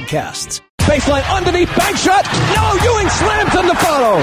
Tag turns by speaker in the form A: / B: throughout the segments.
A: Baseline underneath, bank shot. No, Ewing slams him to follow.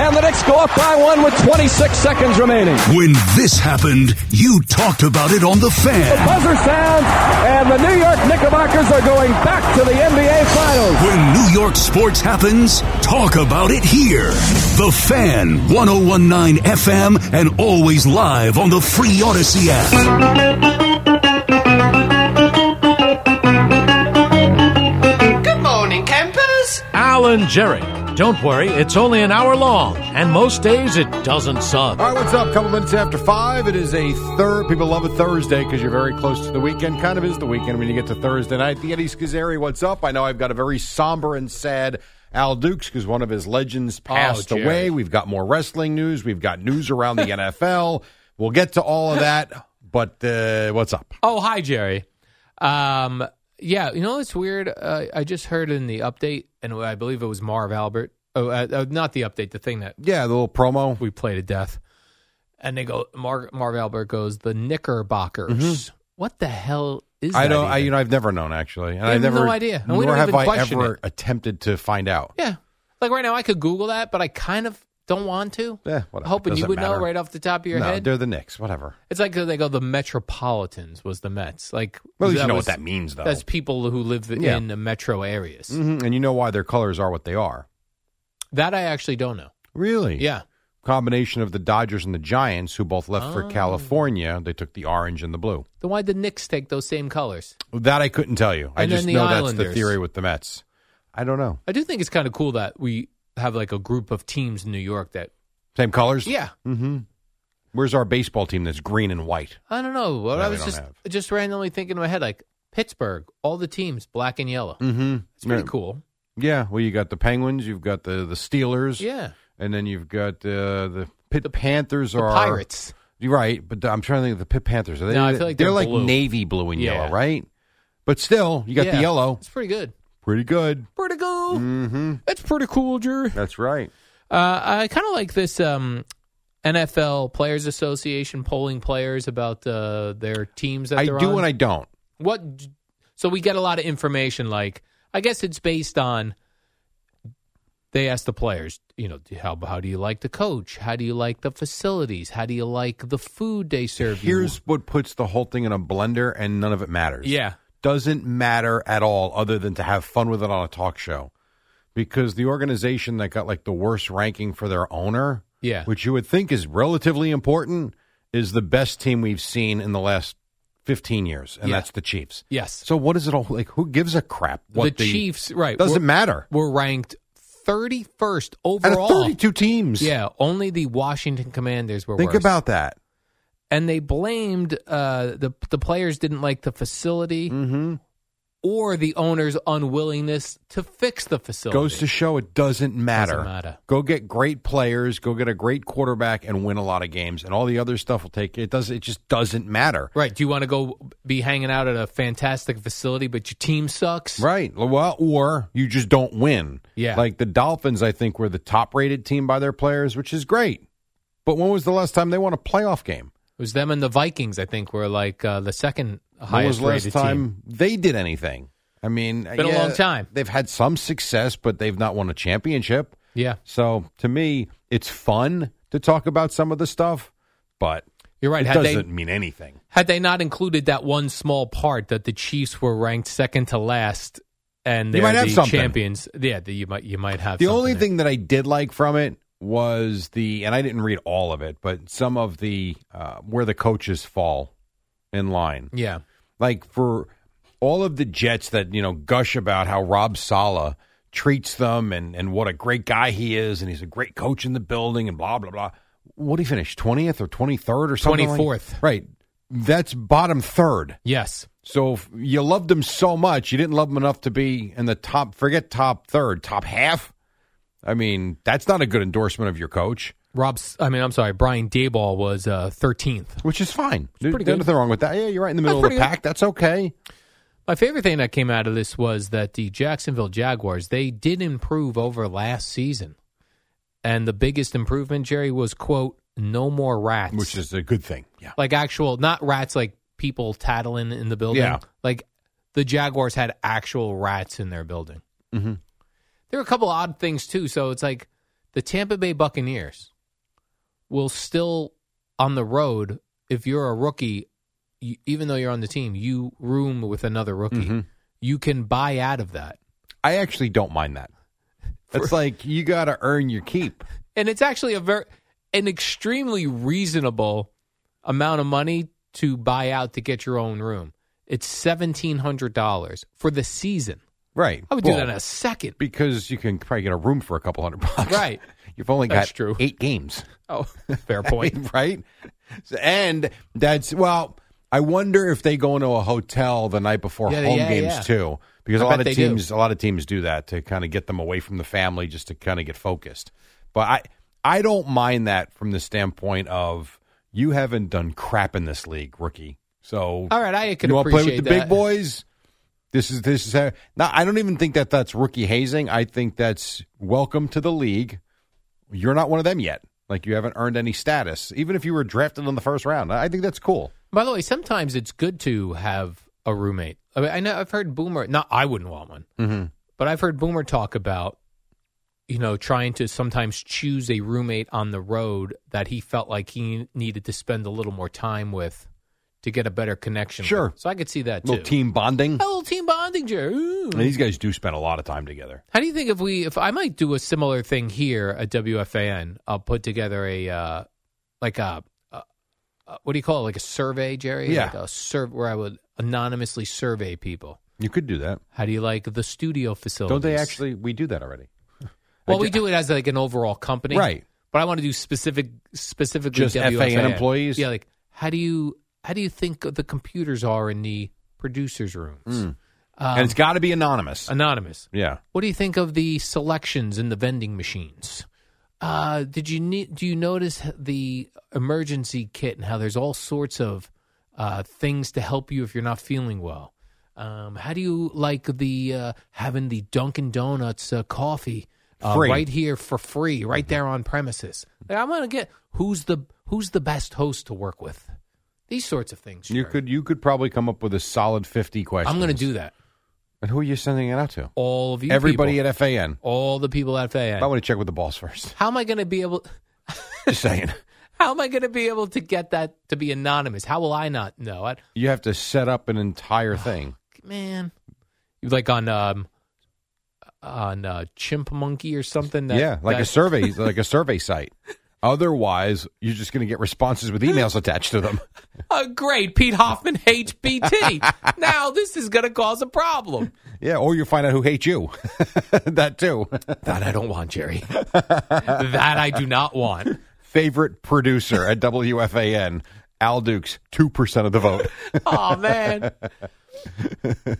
A: And the Knicks go up by one with 26 seconds remaining.
B: When this happened, you talked about it on The Fan.
A: The buzzer sounds, and the New York Knickerbockers are going back to the NBA Finals.
B: When New York sports happens, talk about it here. The Fan, 1019 FM, and always live on the free Odyssey app.
C: Good morning, campers.
D: Alan Jerry. Don't worry, it's only an hour long, and most days it doesn't suck.
E: All right, what's up? Couple minutes after five. It is a third. People love a Thursday because you're very close to the weekend. Kind of is the weekend when you get to Thursday night. The Eddie Schizzeri, what's up? I know I've got a very somber and sad Al Dukes because one of his legends passed
D: Jerry.
E: away. We've got more wrestling news. We've got news around the NFL. We'll get to all of that. But uh, what's up?
F: Oh, hi, Jerry. Um, yeah, you know what's weird? Uh, I just heard in the update, and I believe it was Marv Albert. Oh, uh, uh, not the update, the thing that
E: Yeah, the little promo.
F: we play to death. And they go, Mar- Marv Albert goes, the Knickerbockers. What the hell is
E: Mm-hmm. I
F: that?
E: don't. I,
F: even?
E: you know, I've never known actually, and
F: We
E: I've
F: have
E: never
F: no idea, and
E: nor
F: we don't
E: have
F: even
E: I
F: question
E: ever
F: it.
E: attempted to find out.
F: yeah. Like right now, I could Google that, but I kind of don't want to.
E: Eh, whatever.
F: Hoping you
E: Doesn't
F: would
E: matter.
F: know right off the top of your
E: no,
F: head.
E: they're the Knicks. Whatever.
F: It's like uh, they go the Metropolitans was the Mets. Like
E: Well, at least you know
F: was-
E: what that means, though.
F: That's people who live
E: Yeah.
F: in the metro areas.
E: hmm And you know why their colors are what they are.
F: That I actually don't know.
E: Really?
F: Yeah.
E: Combination of the Dodgers and the Giants, who both left
F: Oh.
E: for California. They took the orange and the blue.
F: Then why did the Knicks take those same colors?
E: That I couldn't tell you. I
F: And
E: just
F: then the
E: know that's the
F: Islanders.
E: theory with the Mets. I don't know.
F: I do think it's kind of cool that we have like a group of teams in New York that
E: Same colors?
F: yeah.
E: hmm Where's our baseball team that's green and white?
F: I don't know. What
E: No,
F: I
E: we
F: was
E: don't
F: just
E: have.
F: just randomly thinking in my head like Pittsburgh, all the teams black and yellow.
E: Mm-hmm.
F: It's pretty cool.
E: Yeah. Well, you got the Penguins. You've got the the Steelers.
F: Yeah.
E: And then you've got uh, the Pitt Panthers
F: The
E: are
F: Pirates.
E: You're right, but I'm trying to think of the Pitt Panthers. Are they,
F: No, I feel like
E: they're,
F: they're
E: like
F: blue.
E: navy blue and yellow,
F: Yeah.
E: right? But still, you got
F: Yeah.
E: the yellow.
F: It's pretty good.
E: Pretty good.
F: Pretty cool.
E: Mm-hmm.
F: That's pretty cool, Drew.
E: That's right.
F: Uh, I kind of like this um, NFL Players Association polling players about uh, their teams that
E: I
F: they're
E: do
F: on.
E: and I don't.
F: what? So we get a lot of information. Like I guess it's based on they ask the players, you know, how how do you like the coach? How do you like the facilities? How do you like the food they serve
E: Here's what puts the whole thing in a blender, and none of it matters.
F: you? Yeah,
E: doesn't matter at all, other than to have fun with it on a talk show, because the organization that got like the worst ranking for their owner,
F: yeah.
E: which you would think is relatively important, is the best team we've seen in the last 15 years, and
F: Yeah.
E: that's the Chiefs.
F: yes,
E: So what is it all like? Who gives a crap? What
F: the, Chiefs right
E: doesn't
F: were,
E: matter.
F: were ranked thirty first
E: Out of
F: overall.
E: thirty-two teams,
F: Yeah, only the Washington Commanders were.
E: Think
F: worse.
E: about that.
F: and they blamed uh, the the players didn't like the facility
E: Mm-hmm.
F: or the owner's unwillingness to fix the facility.
E: Goes to show it doesn't matter.
F: Doesn't matter.
E: Go get great players. Go get a great quarterback and win a lot of games, and all the other stuff will take. It does. It just doesn't matter.
F: right. Do you want to go be hanging out at a fantastic facility, but your team sucks?
E: Right. Well, or you just don't win.
F: Yeah.
E: Like the Dolphins, I think were the top-rated team by their players, which is great. But when was the last time they won a playoff game?
F: It was them and the Vikings. I think were like uh, the second
E: When was
F: highest
E: the last
F: rated team.
E: time they did anything? I mean,
F: Been a
E: yeah,
F: long time.
E: They've had some success, but they've not won a championship.
F: Yeah,
E: So to me, it's fun to talk about some of the stuff, but
F: you're right.
E: it
F: had
E: doesn't
F: they
E: mean anything.
F: had they not included that one small part that the Chiefs were ranked second to last. And
E: You
F: they're
E: might have
F: the
E: something.
F: champions. Yeah, the, you might you might have
E: The
F: something
E: only
F: there.
E: thing that I did like from it was the, and I didn't read all of it, but some of the uh, where the coaches fall in line.
F: Yeah,
E: Like for all of the Jets that you know gush about how Rob Sala treats them and and what a great guy he is, and he's a great coach in the building, and blah blah blah. What did he finish twentieth or twenty third or something? like-
F: 24th.
E: right. That's bottom third.
F: yes.
E: So if you loved him so much, you didn't love him enough to be in the top. Forget top third, top half. I mean, that's not a good endorsement of your coach,
F: Rob's. I mean, I'm sorry. Brian Dayball was uh, 13th.
E: which is fine. There's
F: pretty good.
E: nothing wrong with that. Yeah, you're right in the middle of
F: That's
E: the
F: pretty good.
E: pack. That's okay.
F: My favorite thing that came out of this was that the Jacksonville Jaguars, they did improve over last season. And the biggest improvement, Jerry, was quote, no more rats.
E: Which is a good thing. Yeah.
F: like actual not rats like people tattling in the building.
E: Yeah.
F: Like the Jaguars had actual rats in their building. Mm-hmm. There were a couple odd things too. So it's like the Tampa Bay Buccaneers will still on the road if you're a rookie, you, even though you're on the team, you room with another rookie.
E: Mm-hmm.
F: You can buy out of that.
E: I actually don't mind that. It's like you got to earn your keep.
F: and it's actually a very an extremely reasonable amount of money to buy out to get your own room. It's seventeen hundred dollars for the season.
E: Right.
F: I would do
E: Well,
F: that in a second.
E: because you can probably get a room for a couple hundred bucks.
F: Right.
E: You've only
F: That's
E: got
F: true.
E: eight games.
F: Oh, fair point.
E: right? So- And that's well. I wonder if they go into a hotel the night before
F: Yeah,
E: home
F: yeah,
E: games
F: yeah.
E: too, because
F: I
E: a
F: bet
E: lot of
F: they do.
E: teams, a lot of teams do that to kind of get them away from the family, just to kind of get focused. But I, I don't mind that from the standpoint of you haven't done crap in this league, rookie. So
F: All right, I could
E: you wanna
F: appreciate
E: play with the
F: that.
E: big boys. This is this is how. Now, I don't even think that that's rookie hazing. I think that's welcome to the league. You're not one of them yet. Like you haven't earned any status, even if you were drafted in the first round. I I think that's cool.
F: By the way, sometimes it's good to have a roommate. I, mean, I know I've heard Boomer. Not I wouldn't want one,
E: Mm-hmm.
F: but I've heard Boomer talk about you know trying to sometimes choose a roommate on the road that he felt like he needed to spend a little more time with to get a better connection. with.
E: Sure.
F: so I could see that too.
E: little team bonding.
F: A little team bonding, Jerry. Ooh.
E: And these guys do spend a lot of time together.
F: How do you think if we if I might do a similar thing here at WFAN? I'll put together a uh, like a, a, a what do you call it? Like a survey, Jerry?
E: Yeah.
F: like a survey where I would anonymously survey people.
E: You could do that.
F: How do you like the studio facilities?
E: Don't they actually? We do that already.
F: Well, we do it as like an overall company,
E: Right.
F: But I want to do specific specifically
E: Just
F: WFAN
E: FAN employees?
F: Yeah, like how do you how do you think the computers are in the producers' rooms?
E: Hmm.
F: Um,
E: and it's got to be anonymous.
F: Anonymous.
E: yeah.
F: What do you think of the selections in the vending machines? Uh, did you need, do you notice the emergency kit and how there's all sorts of uh, things to help you if you're not feeling well? Um, how do you like the uh, having the Dunkin' Donuts uh, coffee uh,
E: Free. Mm-hmm.
F: right here for free, right there on premises? Like, I want to get who's the who's the best host to work with. These sorts of things.
E: You
F: Jerry.
E: could you could probably come up with a solid fifty questions.
F: I'm going to do that.
E: And who are you sending it out to?
F: All of you,
E: Everybody
F: people,
E: at FAN.
F: all the people at FAN.
E: I want to check with the boss first.
F: How am I going to be able?
E: Just saying.
F: How am I going to be able to get that to be anonymous? How will I not know? I,
E: You have to set up an entire thing.
F: man, like on um, on uh, Chimp Monkey or something. That,
E: yeah, like a
F: that-
E: survey, like a survey site. Otherwise, you're just going to get responses with emails attached to them.
F: Oh, great, Pete Hoffman HBT. now this is going to cause a problem
E: Yeah, or you find out who hates you. that too.
F: that I don't want, Jerry. that I do not want.
E: Favorite producer at WFAN, Al Dukes, two percent of the vote.
F: Oh man,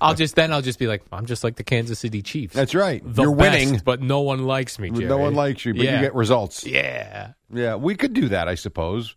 F: I'll just then I'll just be like I'm just like the Kansas City Chiefs.
E: That's right.
F: The
E: you're
F: best,
E: winning.
F: but no one likes me. Jerry.
E: No one likes you, but
F: yeah.
E: you get results.
F: yeah.
E: Yeah, we could do that, I suppose.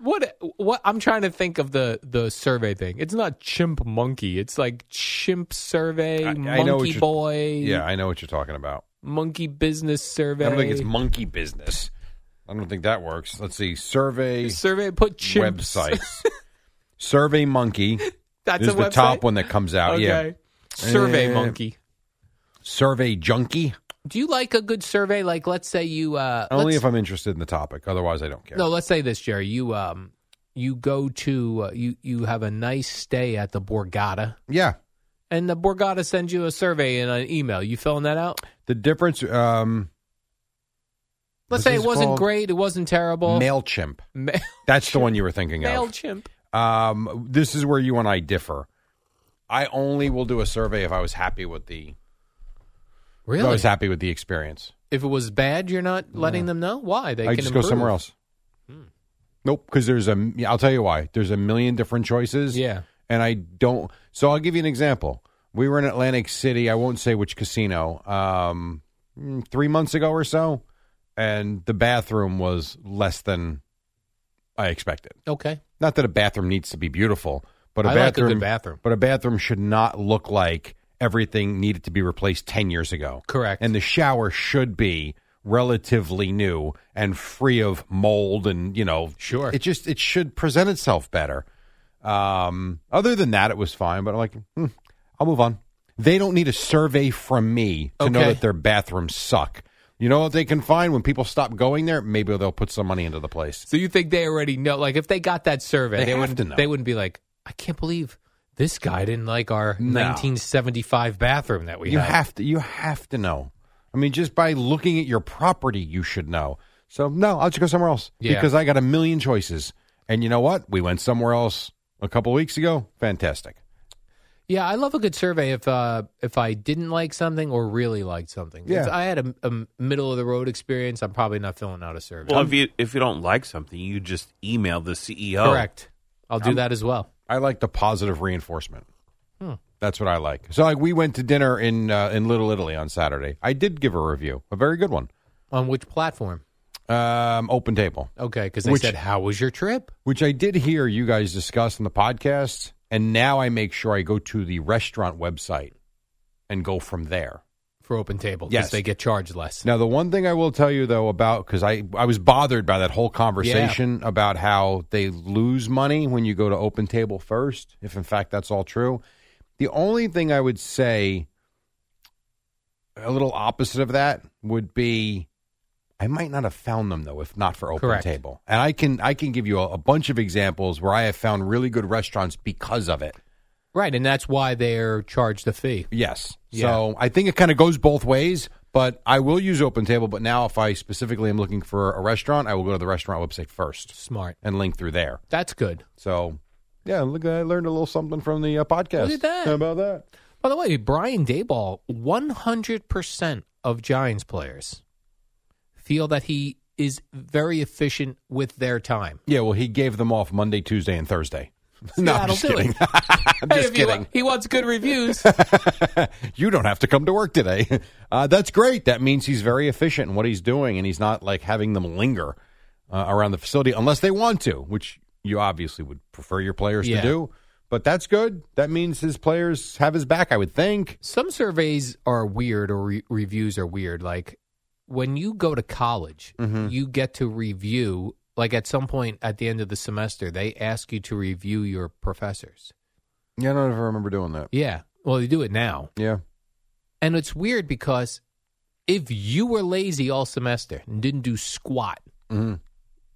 F: What what I'm trying to think of the the survey thing. It's not chimp monkey. It's like chimp survey,
E: I- I know what
F: monkey
E: you're-
F: boy,
E: Yeah, I know what you're talking about.
F: monkey business survey.
E: I don't think it's monkey business. I don't think that works. Let's see. Survey
F: survey. Put chimp
E: websites. Survey Monkey
F: That's
E: is
F: a
E: the
F: website?
E: top one that comes out.
F: Okay.
E: Yeah.
F: Survey
E: Uh,
F: monkey.
E: Survey Junkie.
F: Do you like a good survey? Like, let's say you uh,
E: Only
F: let's-
E: if I'm interested in the topic. Otherwise, I don't care.
F: no. Let's say this, Jerry. You um, you go to uh, you you have a nice stay at the Borgata,
E: Yeah.
F: and the Borgata sends you a survey and an email. You filling that out?
E: The difference, um,
F: Let's
E: What's
F: say it
E: this
F: wasn't
E: called?
F: great, it wasn't terrible.
E: MailChimp.
F: Ma-
E: That's the one you were thinking of.
F: Mailchimp.
E: Um, this is where you and I differ. I only will do a survey if I was happy with the if I
F: Really?
E: was happy with the experience.
F: if it was bad, you're not letting them know why they
E: I
F: can
E: just
F: improve. Hmm.
E: go somewhere else. Nope, because there's a. yeah, I'll tell you why. There's a million different choices.
F: Yeah.
E: and I don't. So I'll give you an example. We were in Atlantic City. I won't say which casino. Um, mm, three months ago or so, and the bathroom was less than I expected.
F: Okay.
E: Not that a bathroom needs to be beautiful, but a
F: I like a good
E: bathroom,
F: bathroom.
E: but a bathroom should not look like everything needed to be replaced ten years ago.
F: Correct.
E: And the shower should be relatively new and free of mold and you know
F: Sure.
E: it just it should present itself better um other than that it was fine but i'm like hmm, i'll move on they don't need a survey from me to know
F: Okay.
E: that their bathrooms suck you know what they can find when people stop going there maybe they'll put some money into the place
F: So you think they already know? Like, if they got that survey,
E: They
F: they,
E: have
F: wouldn't.
E: to know.
F: They wouldn't be like, I can't believe this guy didn't like our
E: No.
F: 1975 bathroom that we
E: you
F: had.
E: have to you have to know i mean just by looking at your property you should know so no i'll just go somewhere else
F: Yeah.
E: because i got a million choices and you know what we went somewhere else a couple weeks ago fantastic
F: Yeah, I love a good survey. If uh, if I didn't like something or really liked something,
E: Yeah.
F: If I had a, middle of the road experience, I'm probably not filling out a survey.
G: Well, if you if you don't like something, you just email the
F: E
G: CEO.
F: Correct. I'll do that as well.
E: I like the positive reinforcement. That's what I like. So like we went to dinner in uh, in Little Italy on Saturday. I did give a review, a very good one.
F: On which platform?
E: Um, open table,
F: Okay, because they
E: Which-
F: said, "How was your trip?"
E: which I did hear you guys discuss in the podcast, and now I make sure I go to the restaurant website and go from there.
F: for open table because
E: Yes.
F: they get charged less.
E: Now, the one thing I will tell you though about because I I was bothered by that whole conversation about how they lose money when you go to open table first, if in fact that's all true. The only thing I would say, a little opposite of that, would be. I might not have found them though if not for open
F: Correct.
E: table. And I can I can give you a, a bunch of examples where I have found really good restaurants because of it.
F: Right, and that's why they're charged a fee.
E: Yes.
F: Yeah.
E: So I think it kind of goes both ways, but I will use Open Table. But now, if I specifically am looking for a restaurant, I will go to the restaurant website first
F: Smart.
E: and link through there.
F: That's good.
E: So, yeah, look, I learned a little something from the uh, podcast.
F: Look at that.
E: How about that?
F: By the way, Brian Dayball, 100% of Giants players feel that he is very efficient with their time.
E: Yeah, well, he gave them off Monday, Tuesday, and Thursday. no, I'm
F: Seattle
E: just
F: do it.
E: kidding. I'm
F: Hey,
E: just
F: if you-
E: kidding.
F: he wants good reviews.
E: you don't have to come to work today. Uh, that's great. That means he's very efficient in what he's doing, and he's not like having them linger uh, around the facility unless they want to, which you obviously would prefer your players
F: Yeah.
E: to do. But that's good. That means his players have his back, I would think.
F: Some surveys are weird or re- reviews are weird. Like when you go to college,
E: Mm-hmm.
F: you get to review, like at some point at the end of the semester, they ask you to review your professors.
E: Yeah, I don't ever remember doing that.
F: Yeah. Well, they do it now.
E: Yeah.
F: And it's weird because if you were lazy all semester and didn't do squat,
E: Mhm.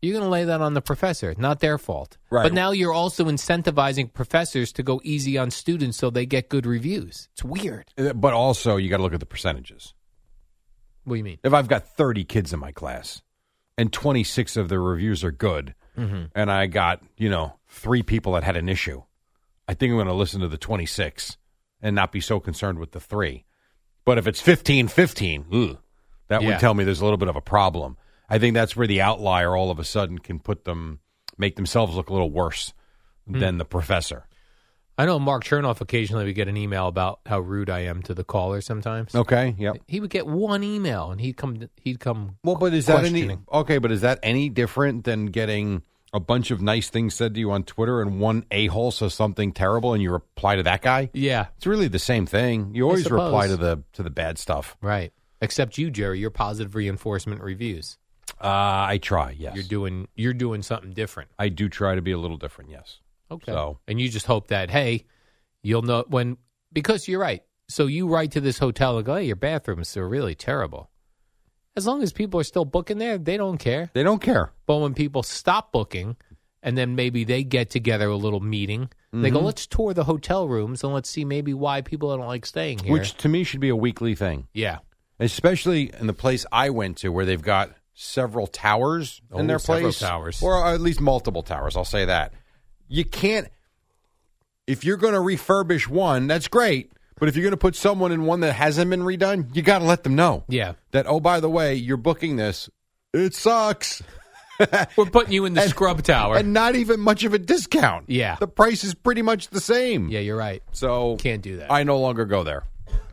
F: you're going to lay that on the professor. Not their fault.
E: Right.
F: But now you're also incentivizing professors to go easy on students so they get good reviews. It's weird.
E: Uh, But also, you got to look at the percentages.
F: What do you mean?
E: If I've got 30 kids in my class and 26 of their reviews are good, and I got, you know, three people that had an issue, I think I'm going to listen to the 26 and not be so concerned with the three. But if it's 15 15, ugh, that
F: Yeah.
E: would tell me there's a little bit of a problem. I think that's where the outlier all of a sudden can put them, make themselves look a little worse than the professor.
F: I know Mark Chernoff occasionally would get an email about how rude I am to the caller sometimes.
E: Okay. Yep.
F: He would get one email and he'd come he'd come
E: Well, but is that any
F: questioning.
E: okay? But is that any different than getting a bunch of nice things said to you on Twitter and one a hole says something terrible and you reply to that guy?
F: Yeah.
E: It's really the same thing. You always
F: suppose.
E: reply to the to the bad stuff.
F: Right. Except you, Jerry, your positive reinforcement reviews.
E: Uh, I try. Yes,
F: You're doing you're doing something different.
E: I do try to be a little different. Yes.
F: Okay.
E: So-
F: and you just hope that hey, you'll know when because you're right. So you write to this hotel and go, hey, your bathrooms are really terrible. As long as people are still booking there, they don't care.
E: They don't care.
F: But when people stop booking and then maybe they get together a little meeting. They go,
E: Mhm.
F: let's tour the hotel rooms and let's see maybe why people don't like staying here.
E: Which to me should be a weekly thing,
F: yeah,
E: especially in the place I went to where they've got several towers in
F: Oh,
E: their
F: several
E: place,
F: towers.
E: or at least multiple towers. I'll say that you can't. If you're going to refurbish one, that's great. But if you're going to put someone in one that hasn't been redone, you got to let them know
F: yeah.
E: that. Oh, by the way, you're booking this. It sucks,
F: We're putting you in the scrub tower.
E: and not even much of a discount.
F: yeah,
E: The price is pretty much the same.
F: yeah, you're right.
E: So
F: Can't do that.
E: I no longer go there,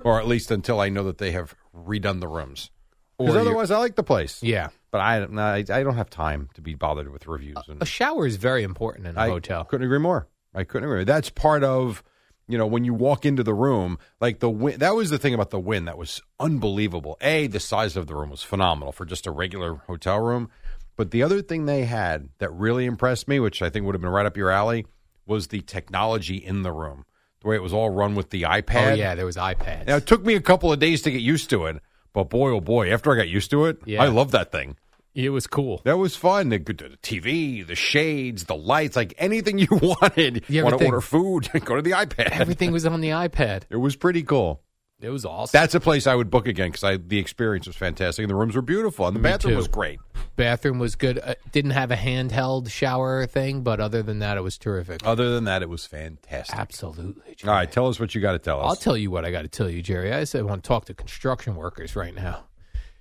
E: or at least until I know that they have redone the rooms. Because
F: Or you-
E: otherwise, I like the place.
F: yeah,
E: But I, no, I, I don't have time to be bothered with reviews. And
F: a shower is very important in a
E: I
F: hotel.
E: couldn't agree more. I couldn't agree. more. That's part of you know when you walk into the room, like the win. That was the thing about the win that was unbelievable. A, the size of the room was phenomenal for just a regular hotel room. But the other thing they had that really impressed me, which I think would have been right up your alley, was the technology in the room. The way it was all run with the iPad.
F: Oh yeah, there was iPads.
E: Now it took me a couple of days to get used to it, but boy oh boy, after I got used to it,
F: Yeah.
E: I love that thing.
F: it was cool.
E: That was fun. The, the TV, the shades, the lights, like anything you wanted.
F: Yeah,
E: Want to
F: everything.
E: order food? Go to the iPad.
F: Everything was on the iPad.
E: It was pretty cool.
F: It was awesome.
E: That's a place I would book again because the experience was fantastic and the rooms were beautiful and the
F: Me
E: bathroom
F: too.
E: was great.
F: bathroom was good. Uh, didn't have a handheld shower thing, but other than that, it was terrific.
E: Other than that, it was fantastic.
F: Absolutely.
E: All right, tell us what you got to tell us.
F: I'll tell you what I got to tell you, Jerry. I said I want to talk to construction workers right now.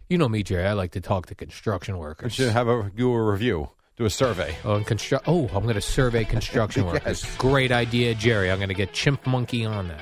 F: You know me, Jerry. I like to talk to construction
E: We
F: workers.
E: should have a do a review, do a survey.
F: Oh, and constru- oh I'm going to survey construction workers. Great idea, Jerry. I'm going to get Chimp Monkey on that.